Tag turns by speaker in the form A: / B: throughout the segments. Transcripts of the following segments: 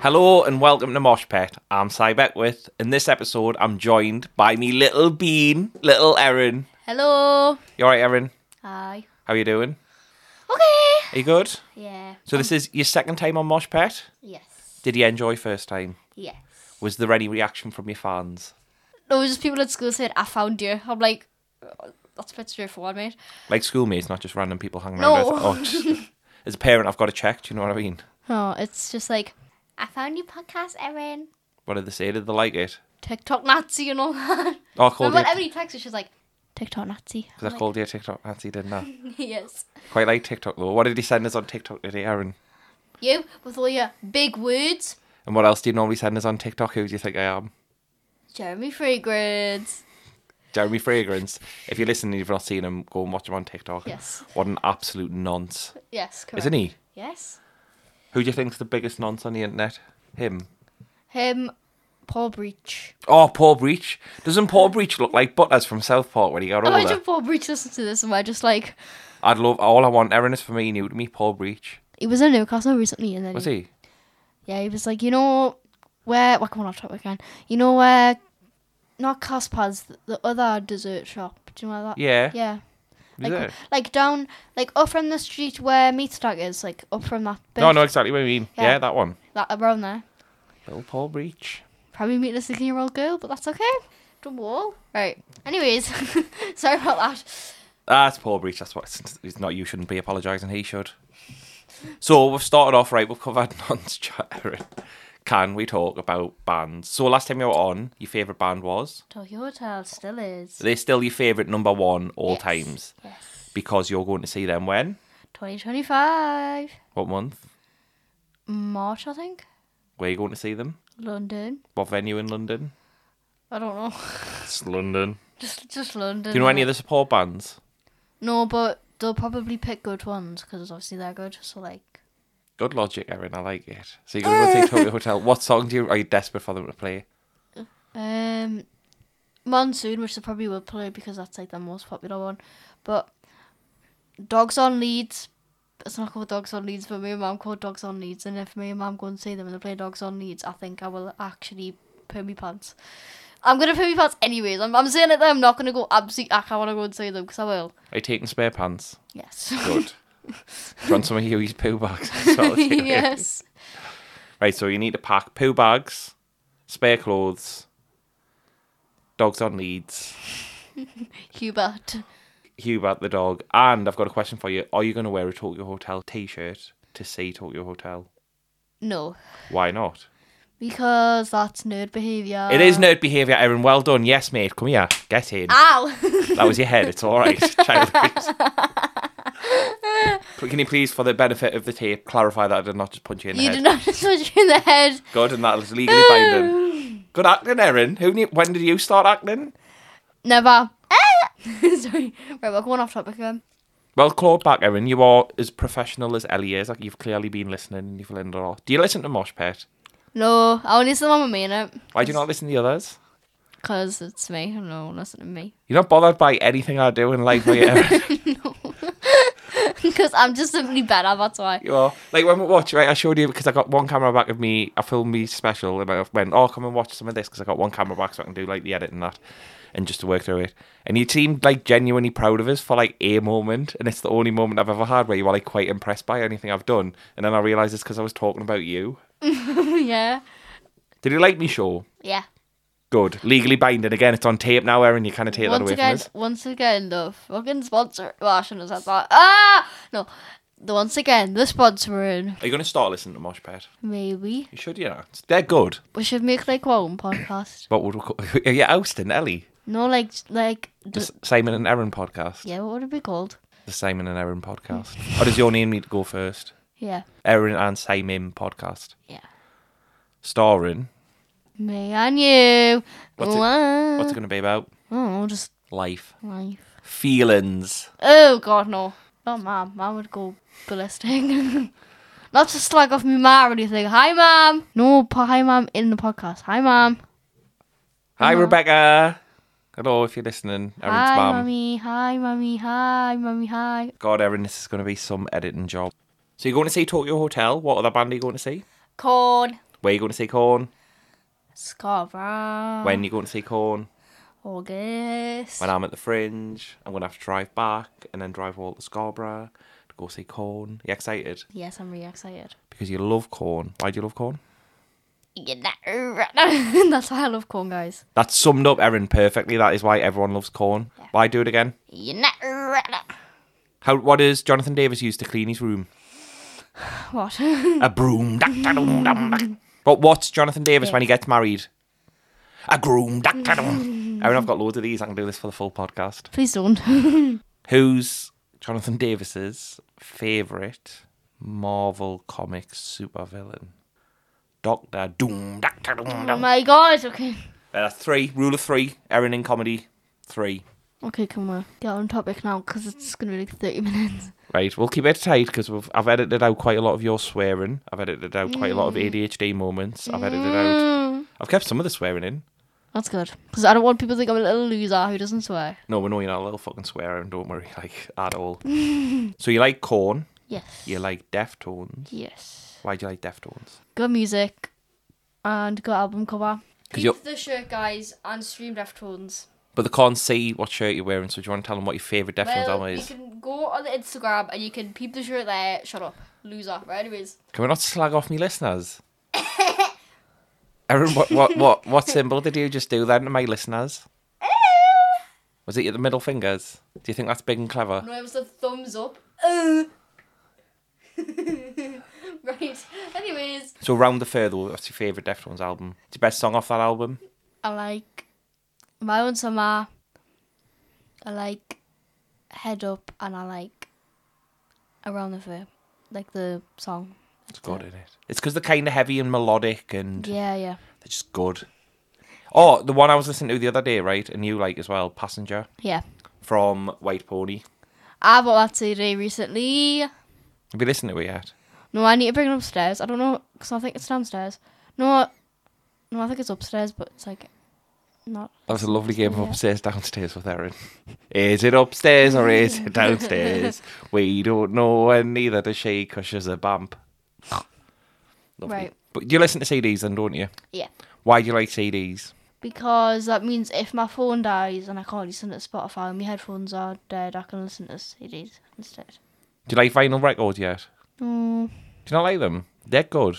A: Hello and welcome to Mosh Pet. I'm Cy Beckwith. In this episode, I'm joined by me little bean, little Erin.
B: Hello.
A: You alright, Erin?
B: Hi.
A: How you doing?
B: Okay.
A: Are you good?
B: Yeah.
A: So this is your second time on Mosh Pet.
B: Yes.
A: Did you enjoy first time?
B: Yes.
A: Was there any reaction from your fans?
B: No, just people at school said I found you. I'm like, "Oh, that's a bit straightforward, mate.
A: Like schoolmates, not just random people hanging
B: No.
A: around. with- Oh, just- as a parent, I've got to check. Do you know what I mean?
B: No, it's just like I found your podcast, Erin.
A: What did they say? Did they like it?
B: TikTok Nazi and all that.
A: Oh, I called you.
B: Remember every text was just like TikTok Nazi. I'm
A: Because I called you a TikTok Nancy, didn't I?
B: like, yes.
A: Quite like TikTok though. What did he send us on TikTok today, Erin?
B: You with all your big words.
A: And what else do you normally send us on TikTok? Who do you think I am?
B: Jeremy Fragrance.
A: Jeremy Fragrance. If you're listening and you've not seen him, go and watch him on TikTok.
B: Yes.
A: What an absolute nonce.
B: Yes, correct.
A: Isn't he?
B: Yes.
A: Who do you think's the biggest nonce on the internet? Him.
B: Him. Paul Breach.
A: Oh, Paul Breach. Doesn't Paul Breach look like Butters from South Park when he got older?
B: Imagine Paul Breach listens to this and we're just like,
A: I'd love all I want. Erin is for me, new to me, Paul Breach.
B: he was in Newcastle recently and then
A: Was he?
B: Yeah, he was like, you know, where we're coming off topic again. You know where, not Caspads, th- the other dessert shop. Do you know that?
A: Yeah.
B: Yeah.
A: Was
B: Like,
A: it?
B: like down, like up from the street where Meat Stack is, like up from that bit,
A: No, I know exactly what you mean. Yeah.
B: Yeah.
A: that one.
B: that around there.
A: Little Paul Breach.
B: Probably meet a 16 year old girl, but that's okay. Don't wall. Right. Anyways, sorry about that.
A: That's Paul Breach. That's what. It's not you shouldn't be apologising. He should. So we've started off right. We've covered nonce chat. Erin. Can we talk about bands? So last time you were on, your favourite band was.
B: Tokyo Hotel still is.
A: They're still your favourite number one all
B: Yes.
A: times
B: Yes.
A: because you're going to see them when?
B: 2025.
A: What month?
B: March, I think.
A: Where are you going to see them?
B: London.
A: What venue in London?
B: I don't know.
A: It's London. Mm-hmm.
B: just, just London.
A: Do you know
B: innit?
A: any of the support bands?
B: No, but they'll probably pick good ones because obviously they're good. So like,
A: Good logic, Erin. I like it. So you're going to go see Tokyo Hotel. What song do you are you desperate for them to play?
B: um, Monsoon, which they probably will play because that's like the most popular one. But Dogs on Leeds, it's not called Dogs on Leeds, but me and Mum called Dogs on Leeds. And if me and Mum go and see them and they play Dogs on Leeds, I think I will actually poo me pants. I'm gonna poo me pants anyways. I'm, I'm saying it that I'm not gonna go absolutely. I want to go and see them because I will.
A: Are you taking spare pants?
B: Yes.
A: Good. Do you want some of Huey's poo bags as well? Huey?
B: yes.
A: Right, so you need to pack poo bags, spare clothes, dogs on leads,
B: Hubert.
A: Hubert the dog, and I've got a question for you. Are you going to wear a Tokyo Hotel t shirt to see Tokyo Hotel?
B: No.
A: Why not?
B: Because that's nerd behaviour.
A: it is nerd behaviour, Erin. Well done. Yes, mate. Come here. Get in.
B: Ow!
A: That was your head. It's all right. Child abuse. But Can you please, for the benefit of the tape, clarify that I did not just punch you in the
B: you
A: head?
B: did not just punch me in the head.
A: Good, and that is legally binding. Good acting, Erin. Who knew, when did you start acting?
B: Never. Eh! Sorry. Right, we're going off topic again.
A: Well, clawed back, Erin. You are as professional as Ellie is. Like you've clearly been listening and you've learned a lot. Do you listen to Mosh Pit?
B: No, I only listen to Mamma Mia
A: Why do you not listen to the others?
B: because it's me. No, listen to me.
A: You're not bothered by anything I do in life, are you, Erin?
B: Because I'm just simply better, that's why.
A: you are. Like when we watch, right? I showed you because I got one camera back of me. I filmed me special and I went, oh, come and watch some of this because I got one camera back so I can do like the edit and that. And just to work through it. And you seemed like genuinely proud of us for like a moment. And it's the only moment I've ever had where you were like quite impressed by anything I've done. And then I realised it's because I was talking about you.
B: yeah.
A: Did you like me, show?
B: Yeah.
A: Good. Legally binding. Again, it's on tape now, Erin. You kind of take that
B: Once
A: away
B: again,
A: from us.
B: once again, the fucking sponsor. Well, I shouldn't have said that. Ah! No. The once again, the sponsoring.
A: Are you going to start listening to Mosh Pit?
B: Maybe.
A: You should, you know. They're good.
B: We should make like our own podcast.
A: What would we call Are you ousting Ellie?
B: No, like, like.
A: The
B: d-
A: S- Simon and Erin podcast.
B: yeah, what would it be called?
A: The Simon and Erin podcast. or does your name need to go first?
B: Yeah.
A: Erin and Simon podcast.
B: Yeah.
A: Starring.
B: Me and you.
A: What's it-
B: Wow.
A: What's it going to be about?
B: Oh, just
A: Life.
B: life.
A: Feelings.
B: Oh God, no! Not mom. Mom would go ballistic. Not to slag off me ma or anything. Hi, mom. No, po- hi, mom. In the podcast. Hi, mom.
A: Hi, Rebecca. Hello, if you're listening. Erin's
B: hi,
A: mum.
B: mommy. Hi, mommy. Hi, mommy. Hi.
A: God, Erin, this is going to be some editing job. So you're going to see Tokyo Hotel. What other band are you going to see?
B: Corn.
A: Where are you going to see corn?
B: Scarborough.
A: When are you going to see corn?
B: August.
A: When I'm at the fringe, I'm going to have to drive back and then drive all to Scarborough to go see corn. You excited?
B: yes, I'm really excited.
A: Because you love corn. Why do you love corn?
B: You know, That's why I love corn, guys.
A: That summed up Erin perfectly. That is why everyone loves corn. Why do it again?
B: You know,
A: How? What does Jonathan Davis use to clean his room?
B: What?
A: A broom. da, da, dum, dum, da. But what's Jonathan Davis when he gets married? A groom. da, da, dum. Erin, I've got loads of these. I can do this for the full podcast.
B: Please don't.
A: Who's Jonathan Davis's favourite Marvel Comics supervillain? Doctor Doom. Doctor Doom.
B: oh
A: Doom.
B: my god, okay.
A: There are three. Rule of three. Erin in comedy. Three.
B: Okay, come on. Get on topic now because it's going to be like 30 minutes.
A: Right, we'll keep it tight because I've edited out quite a lot of your swearing. I've edited out quite a lot of ADHD moments. I've edited out.
B: Mm,
A: I've kept some of the swearing in.
B: that's good. Because I don't want people to think I'm a little loser who doesn't swear.
A: No, we know you're not a little fucking swearing. Don't worry, like at all. so you like corn?
B: Yes.
A: You like Deftones?
B: Yes.
A: Why do you like Deftones?
B: Good music and good album cover.
A: 'Cause you're-
B: the shirt, guys, and stream Deftones.
A: But they can't see what shirt you're wearing, so do you want to tell them what your favourite Deftones
B: Well,
A: album
B: you
A: is? Can...
B: can go on the Instagram and you can peep the shirt there. Shut up, loser. Right, anyways,
A: we not slag off me listeners? Erin, what, what what what symbol did you just do then to my listeners? Was it the middle fingers? Do you think that's big and clever?
B: no, it was a thumbs up. Uh. right. Anyways,
A: So round the further, what's your favourite Deftones album? It's your best song off that album?
B: I like my own summer. I like head up, and I like around the fair, like the song.
A: It's good in it. It's because they're kind of heavy and melodic and
B: Yeah, yeah.
A: they're just good. Oh, the one I was listening to the other day, right? And you like as well, Passenger
B: Yeah.
A: from White Pony.
B: I bought that CD recently.
A: Have you listened to it yet?
B: No, I need to bring it upstairs. I don't know because I think it's downstairs. No, no, I think it's upstairs, but it's like not.
A: That was a lovely game of
B: Yeah.
A: upstairs, downstairs with Erin. Is it upstairs or is it downstairs? we don't know, and neither does she, 'cause she's a bump. Lovely.
B: Right.
A: But you listen to CDs then, don't you?
B: Yeah,
A: Why do you like CDs?
B: because that means if my phone dies and I can't listen to Spotify, and my headphones are dead, I can listen to CDs instead.
A: Do you like vinyl records yet?
B: Mm.
A: Do you not like them? They're good.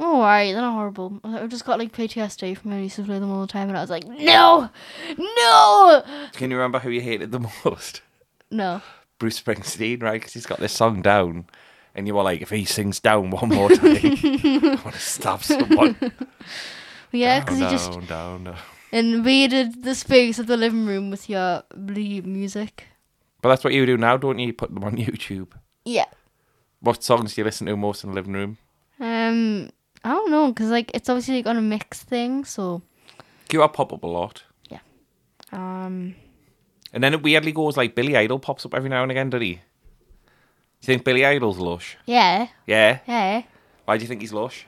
B: Alright, they're not horrible. I just got like PTSD from when I used to play them all the time, and I was like, no, no,
A: Can you remember who you hated the most?
B: no.
A: Bruce Springsteen, right? Because he's got this song down, and you were like, if he sings down one more time, I want to stab someone.
B: But yeah, because
A: down,
B: you just
A: down, down, down.
B: invaded the space of the living room with your blue music.
A: But that's what you do now, don't you? You put them on YouTube.
B: Yeah.
A: What songs do you listen to most in the living room?
B: Um, I don't know, cause like it's obviously like on a mix thing, so
A: You are pop up a lot.
B: um,
A: And then it weirdly goes like Billy Idol pops up every now and again, doesn't he? Do you think Billy Idol's lush?
B: yeah,
A: Yeah.
B: yeah,
A: Why do you think he's lush?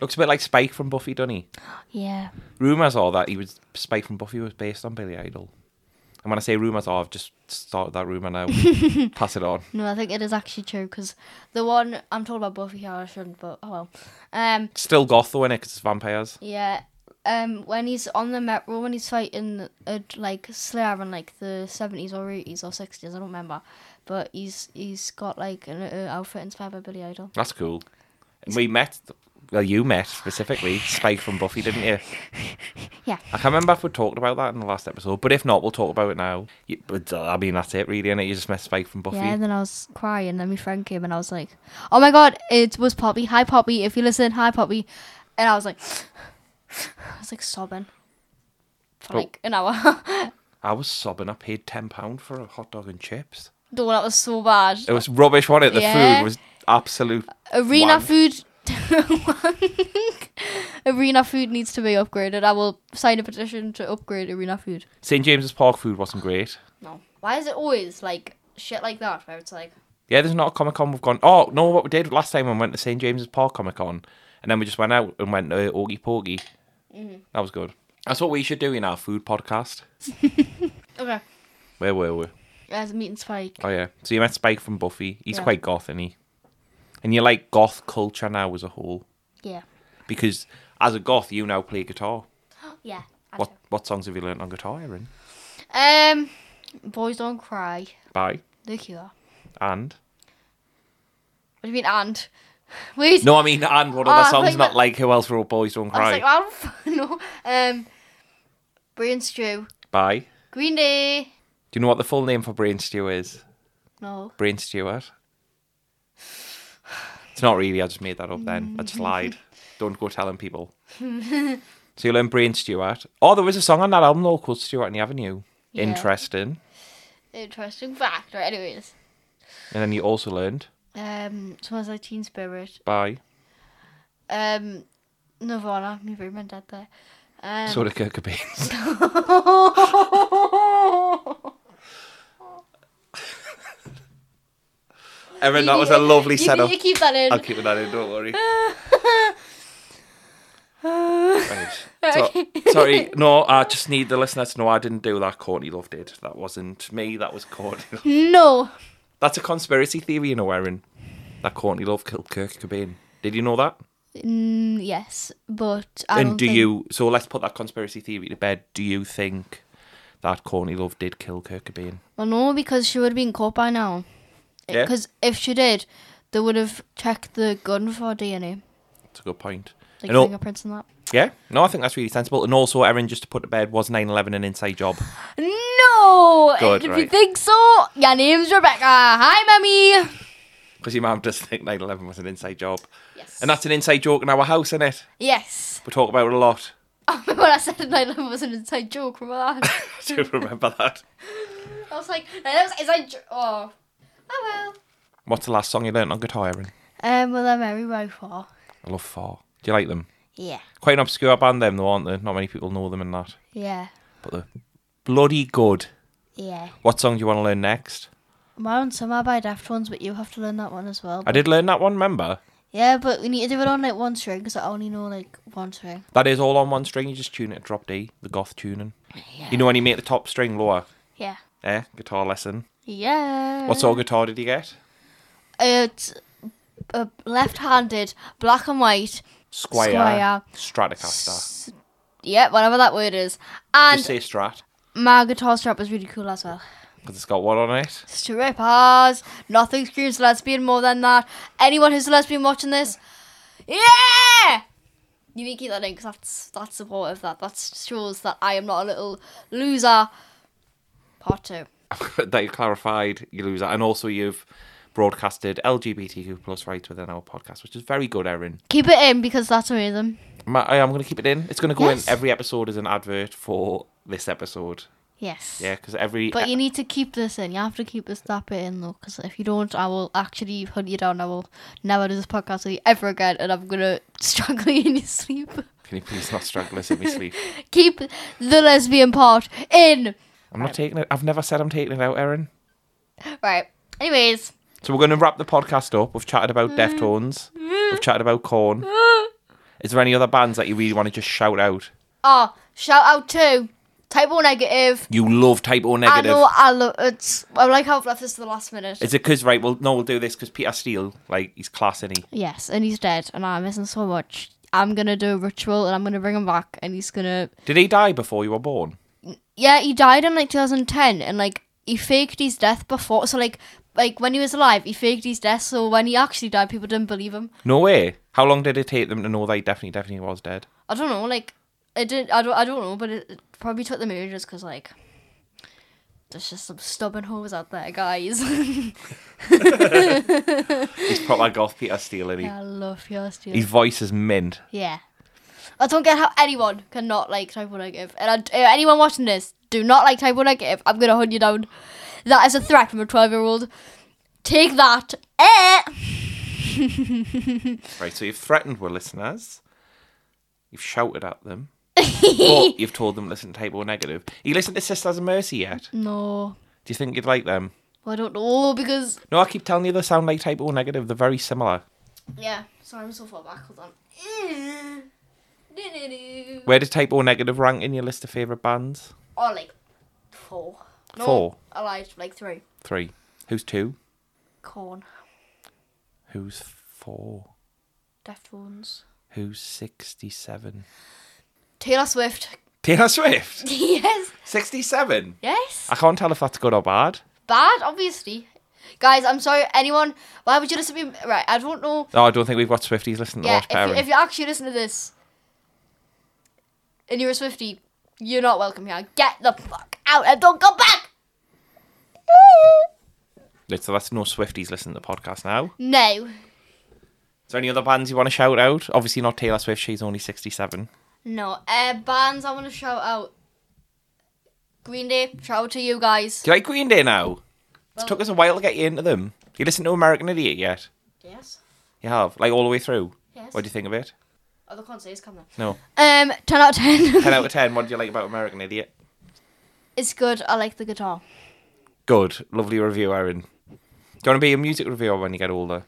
A: Looks a bit like Spike from Buffy, doesn't he?
B: yeah.
A: rumors are that he was Spike from Buffy was based on Billy Idol. And when I say rumors are, I've just started that rumor now. Pass it on.
B: No, I think it is actually true, cause the one I'm told about Buffy, how I shouldn't, but oh well. Um,
A: Still goth though, innit? 'Cause it's vampires.
B: yeah. Um, when he's on the metro, when he's fighting a like Slayer in like the seventies or eighties or sixties, I don't remember, but he's he's got like an uh, outfit inspired by Billy Idol.
A: That's cool. And we met. Well, you met specifically Spike from Buffy, didn't you?
B: Yeah.
A: I can't remember if we talked about that in the last episode, but if not, we'll talk about it now. You, but, uh, I mean, that's it, really, innit? You just met Spike from Buffy.
B: Yeah, and then I was crying. Then my friend came and I was like, "Oh my god, it was Poppy! Hi, Poppy! If you listen, hi, Poppy!" And I was like, I was like sobbing for
A: Oh.
B: like an hour.
A: I was sobbing. I paid ten pound for a hot dog and chips.
B: the one that was so bad.
A: It was rubbish, wasn't it? The
B: Yeah.
A: food was absolute.
B: Arena
A: wank.
B: food. arena food needs to be upgraded. I will sign a petition to upgrade arena food.
A: St James's Park food wasn't great.
B: No, why is it always like shit like that? Where it's like,
A: Yeah, there's not a Comic Con we've gone. Oh no, what we did last time when we went to St James's Park Comic Con, and then we just went out and went to Oogie Pokey.
B: Mm-hmm.
A: That was good. That's what we should do in our food podcast.
B: okay,
A: Where were we?
B: as meat and spike.
A: Oh yeah. So you met Spike from Buffy. He's
B: Yeah.
A: quite goth, isn't he? And you like goth culture now as a whole.
B: Yeah.
A: Because as a goth, you now play guitar.
B: Yeah. I
A: What what songs have you learnt on guitar, Erin?
B: Um, Boys Don't Cry.
A: By
B: The Cure.
A: and
B: What do you mean and? Wait.
A: no, I mean and what
B: Oh,
A: other
B: I
A: songs?
B: think
A: Not
B: that-
A: like who else wrote Boys Don't
B: I
A: Cry
B: was like, I don't know. Um, Brain Stew.
A: by. Do
B: Green Day.
A: you know what the full name for Brain Stew is?
B: No.
A: Brain Stewart. It's not really. I just made that up. Then I just lied. Don't go telling people. so you learn Brain Stewart. Oh, there was a song on that album though called Stewart and the Avenue.
B: Yeah.
A: Interesting.
B: Interesting fact. Right, anyways.
A: And then you also learned
B: Um, smells like Teen Spirit.
A: by
B: Um, Nirvana. My room and dad there. Um,
A: Soda Kirk Cobain's. Erin, that was a lovely
B: you,
A: setup.
B: You keep that in.
A: I'll keep that in, don't worry. Right. So, sorry, no, I just need the listener to know I didn't do that. Courtney Love did. That wasn't me, that was Courtney Love.
B: No.
A: That's a conspiracy theory, you know, Erin. That Courtney Love killed Kirk Cobain. Did you know that?
B: Mm, yes, but I
A: and
B: don't
A: do
B: think-
A: you, so let's put that conspiracy theory to bed. Do you think that Courtney Love did kill Kirk Cobain?
B: Well, no, because she would have been caught by now.
A: Yeah.
B: Because if she did, they would have checked the gun for DNA,
A: That's a good point.
B: like
A: And al-
B: fingerprints and that.
A: yeah, no, I think that's really sensible. And also, Erin, just to put to bed, was 9 11 an inside job?
B: No.
A: Good,
B: if you
A: right.
B: think so, your name's Rebecca. Hi, mummy.
A: Because your mum does think 9 11 was an inside job.
B: Yes.
A: And that's an inside joke in our house, isn't it?
B: Yes.
A: We talk about it a lot.
B: I remember when I said 9/11 was an inside joke. Remember that?
A: I do remember that.
B: I was like, no, that was an inside joke. Oh. Oh
A: What's the last song you learnt on guitar, Erin?
B: well. Um. Well, I'm Mary Rowfall.
A: I love Four. Do you like them?
B: Yeah.
A: Quite an obscure band, them, though, aren't they? Not many people know them and that.
B: Yeah.
A: But they're bloody good.
B: Yeah.
A: What song do you want to learn next?
B: My own summer by Daft Ones, but you have to learn that one as well.
A: I did learn that one, remember?
B: Yeah, but we need to do it on like one string because I only know like one string.
A: That is all on one string. You just tune it to drop D, the goth tuning. You know when you make the top string lower?
B: Yeah.
A: Eh? Guitar lesson.
B: Yeah.
A: What sort of guitar did you get?
B: It's uh, left-handed, black and white.
A: Squire.
B: Squire.
A: Stratocaster.
B: Yeah, whatever that word is. And
A: Just say Strat,
B: my guitar strap is really cool as well.
A: because it's got what on it?
B: Strippers. Nothing screams lesbian more than that. Anyone who's a lesbian watching this, yeah. You need to keep that in because that's that's supportive. That that shows that I am not a little loser. Part two.
A: that you clarified, you lose that, and also you've broadcasted LGBTQ plus rights within our podcast, which is very good, Erin.
B: Keep it in because that's amazing.
A: Ma- I am going to keep it in. It's going to go
B: Yes.
A: in every episode as an advert for this episode.
B: Yes.
A: Yeah, because every
B: But you need to keep this in. You have to keep this that bit in though, because if you don't, I will actually hunt you down. I will never do this podcast with you ever again, and I'm gonna strangle you in your sleep.
A: can you please not strangle us in my sleep?
B: Keep the lesbian part in.
A: I'm not taking it. I've never said I'm taking it out, Erin.
B: Right. Anyways,
A: So we're going to wrap the podcast up. We've chatted about Deftones. We've chatted about Corn. Is there any other bands that you really want to just shout out?
B: oh, shout out to Type O Negative.
A: You love Type O
B: I
A: Negative.
B: know I love it's. I like how I've left this to the last minute.
A: Is it because right? Well, no, we'll do this because Peter Steele, like he's class, is he?
B: yes, and he's dead, and I miss him so much. I'm gonna do a ritual, and I'm gonna bring him back, and he's gonna
A: Did he die before you were born?
B: yeah, he died in like 2010, and like he faked his death before. So like, like when he was alive, he faked his death. So when he actually died, people didn't believe him.
A: No way. How long did it take them to know they definitely, definitely was dead?
B: I don't know. Like, it didn't. I don't. I don't know. But it, it probably took them ages because like, there's just some stubborn hoes out there, guys.
A: He's proper goth Peter Steele, and he,
B: I love your steel.
A: his voice is mint.
B: yeah. I don't get how anyone cannot like type one negative. And I, uh, anyone watching this, do not like type one negative. I'm gonna hunt you down. That is a threat from a 12 year old. Take that. Eh.
A: Right, so you've threatened with listeners. You've shouted at them. but you've told them to listen to Type O Negative. You listened to Sisters of Mercy yet?
B: No.
A: Do you think you'd like them?
B: Well, I don't know because
A: No, I keep telling you they sound like Type O Negative. They're very similar.
B: yeah. Sorry, I'm so far back. Hold on. Do-do-do.
A: Where does Type O Negative rank in your list of favourite bands?
B: Or like four. No,
A: Four.
B: I lied. Like three.
A: Three. Who's two?
B: Corn.
A: Who's four?
B: Deftones.
A: Who's 67?
B: Taylor Swift.
A: Taylor Swift.
B: yes.
A: 67.
B: Yes.
A: I can't tell if that's good or bad.
B: Bad, obviously. Guys, I'm sorry. Anyone? Why would you listen to me? Right, I don't know.
A: No, I don't think we've got Swifties listening to
B: yeah,
A: Watch
B: if
A: Parent.
B: you, if you actually listen to this, and you're a Swifty, you're not welcome here. Get the fuck out and don't come back.
A: So that's no Swifties listening to the podcast now.
B: No,
A: Is there any other bands you want to shout out? Obviously not Taylor Swift. She's only 67.
B: no. Uh, bands, I want to shout out. Green Day, shout out to you guys.
A: Do you like Green Day now? It's
B: Well-
A: took us a while to get you into them. You listen to American Idiot yet?
B: Yes.
A: You have? Like all the way through?
B: Yes.
A: What do you think of it?
B: Oh, they can't say it's coming.
A: No.
B: Um, ten out of ten.
A: 10 out of 10. What did you like about American Idiot?
B: it's good. I like the guitar.
A: Good. Lovely review, Erin. Do you want to be a music reviewer when you get older?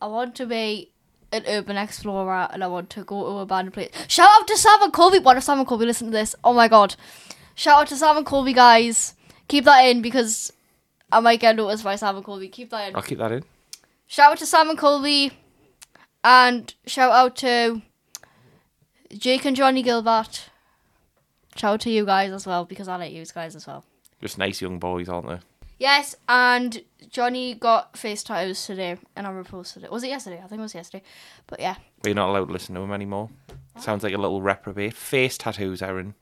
B: I want to be an urban explorer and I want to go to abandoned place. Shout out to Sam and Colby. What if Sam and Colby listen to this? Oh my god. Shout out to Sam and Colby, guys. Keep that in because I might get noticed by Sam and Colby. Keep that in.
A: I'll keep that in.
B: Shout out to Sam and Colby and shout out to Jake and Johnny Gilbert. Shout out to you guys as well because I like you guys as well.
A: Just nice young boys, aren't they?
B: Yes, and Johnny got face tattoos today and I reposted it. Was it yesterday? I think it was yesterday. But yeah.
A: But you're not allowed to listen to him anymore. Sounds like a little reprobate. Face tattoos, Erin.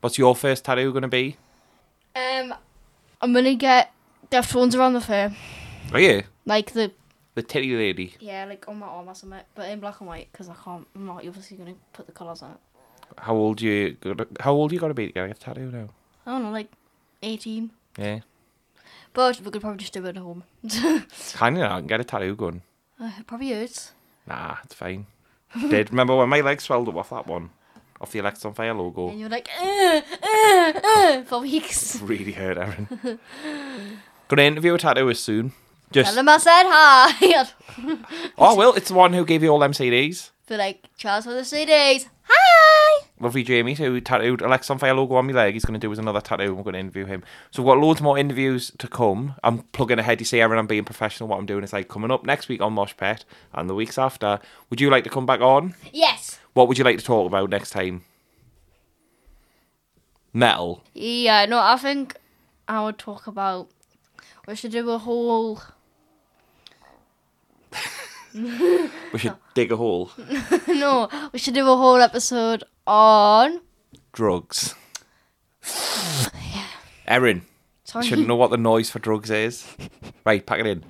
A: What's your first tattoo going to be?
B: Um, I'm gonna get Deftones around the fair,
A: Are you?
B: like the
A: The titty lady.
B: yeah, like on my arm or something, but in black and white because I can't. I'm not obviously gonna put the colours on it.
A: How old you? How old you got to be to get a tattoo now?
B: I don't know, like 18.
A: Yeah.
B: But we could probably just do it at home.
A: Kind of. I can get a tattoo gun.
B: Uh, it probably hurts.
A: Nah, it's fine. Did remember when my leg swelled up off that one, off the Elects on Fire logo?
B: And you're like uh, uh, uh, for weeks.
A: Really hurt, Erin. Gonna interview a tattooist soon.
B: Tell
A: Just
B: them I said hi.
A: oh well, it's the one who gave you all them CDs.
B: Be like Charles for the CDs. Hi.
A: Lovely Jamie, who tattooed Alex on Fire logo on my leg. He's going to do us another tattoo and we're going to interview him. So we've got loads more interviews to come. I'm plugging ahead. You see, Erin, I'm being professional. What I'm doing is like coming up next week on Mosh Pet and the weeks after. Would you like to come back on?
B: Yes.
A: What would you like to talk about next time? Metal.
B: Yeah. No, I think I would talk about. We should do a whole
A: We should dig a hole.
B: no, we should do a whole episode on.
A: Drugs. Erin, you
B: Sorry.
A: shouldn't know what the noise for drugs is. Right, pack it in.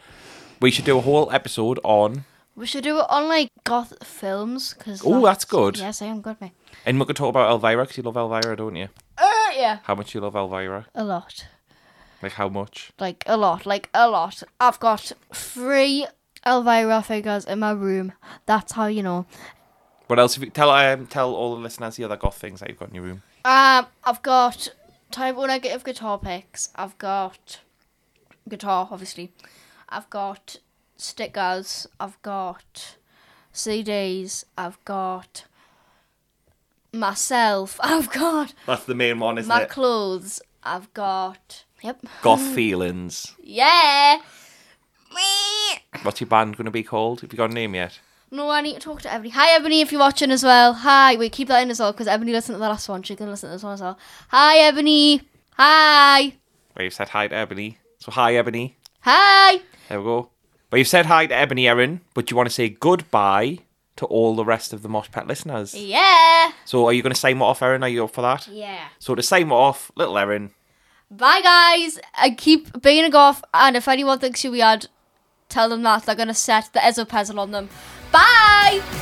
A: We should do a whole episode on
B: We should do it on like goth films because.
A: Ooh, that's good.
B: Yes, I am good, mate.
A: And we could talk about Elvira because you love Elvira, don't you?
B: Uh, yeah.
A: How much you love Elvira?
B: A lot,
A: Like how much?
B: like a lot, like a lot. I've got three Elvira figures in my room. That's how you know.
A: What else? Have you, tell um, tell all the listeners the other goth things that you've got in your room.
B: Um, I've got type O negative guitar picks. I've got guitar, obviously. I've got stickers. I've got CDs. I've got myself. I've got
A: That's the main one, isn't
B: my clothes. I've got yep.
A: Goth feelings.
B: Yeah. Me.
A: What's your band going to be called? Have you got a name yet?
B: No, I need to talk to Ebony. Hi, Ebony, if you're watching as well. Hi. Wait, keep that in as well because Ebony listened to the last one. She can listen to this one as well. Hi, Ebony. Hi.
A: Well, you've said hi to Ebony. So hi, Ebony.
B: Hi.
A: There we go. Well, you've said hi to Ebony, Erin, but do you want to say goodbye to all the rest of the Mosh Pet listeners?
B: Yeah.
A: So are you going to sign what off, Erin? Are you up for that?
B: Yeah.
A: So to sign what off, little Erin.
B: Bye, guys. I keep being a golf, and if anyone thinks you're weird, tell them that. They're going to set the Ezopezil on them. Bye.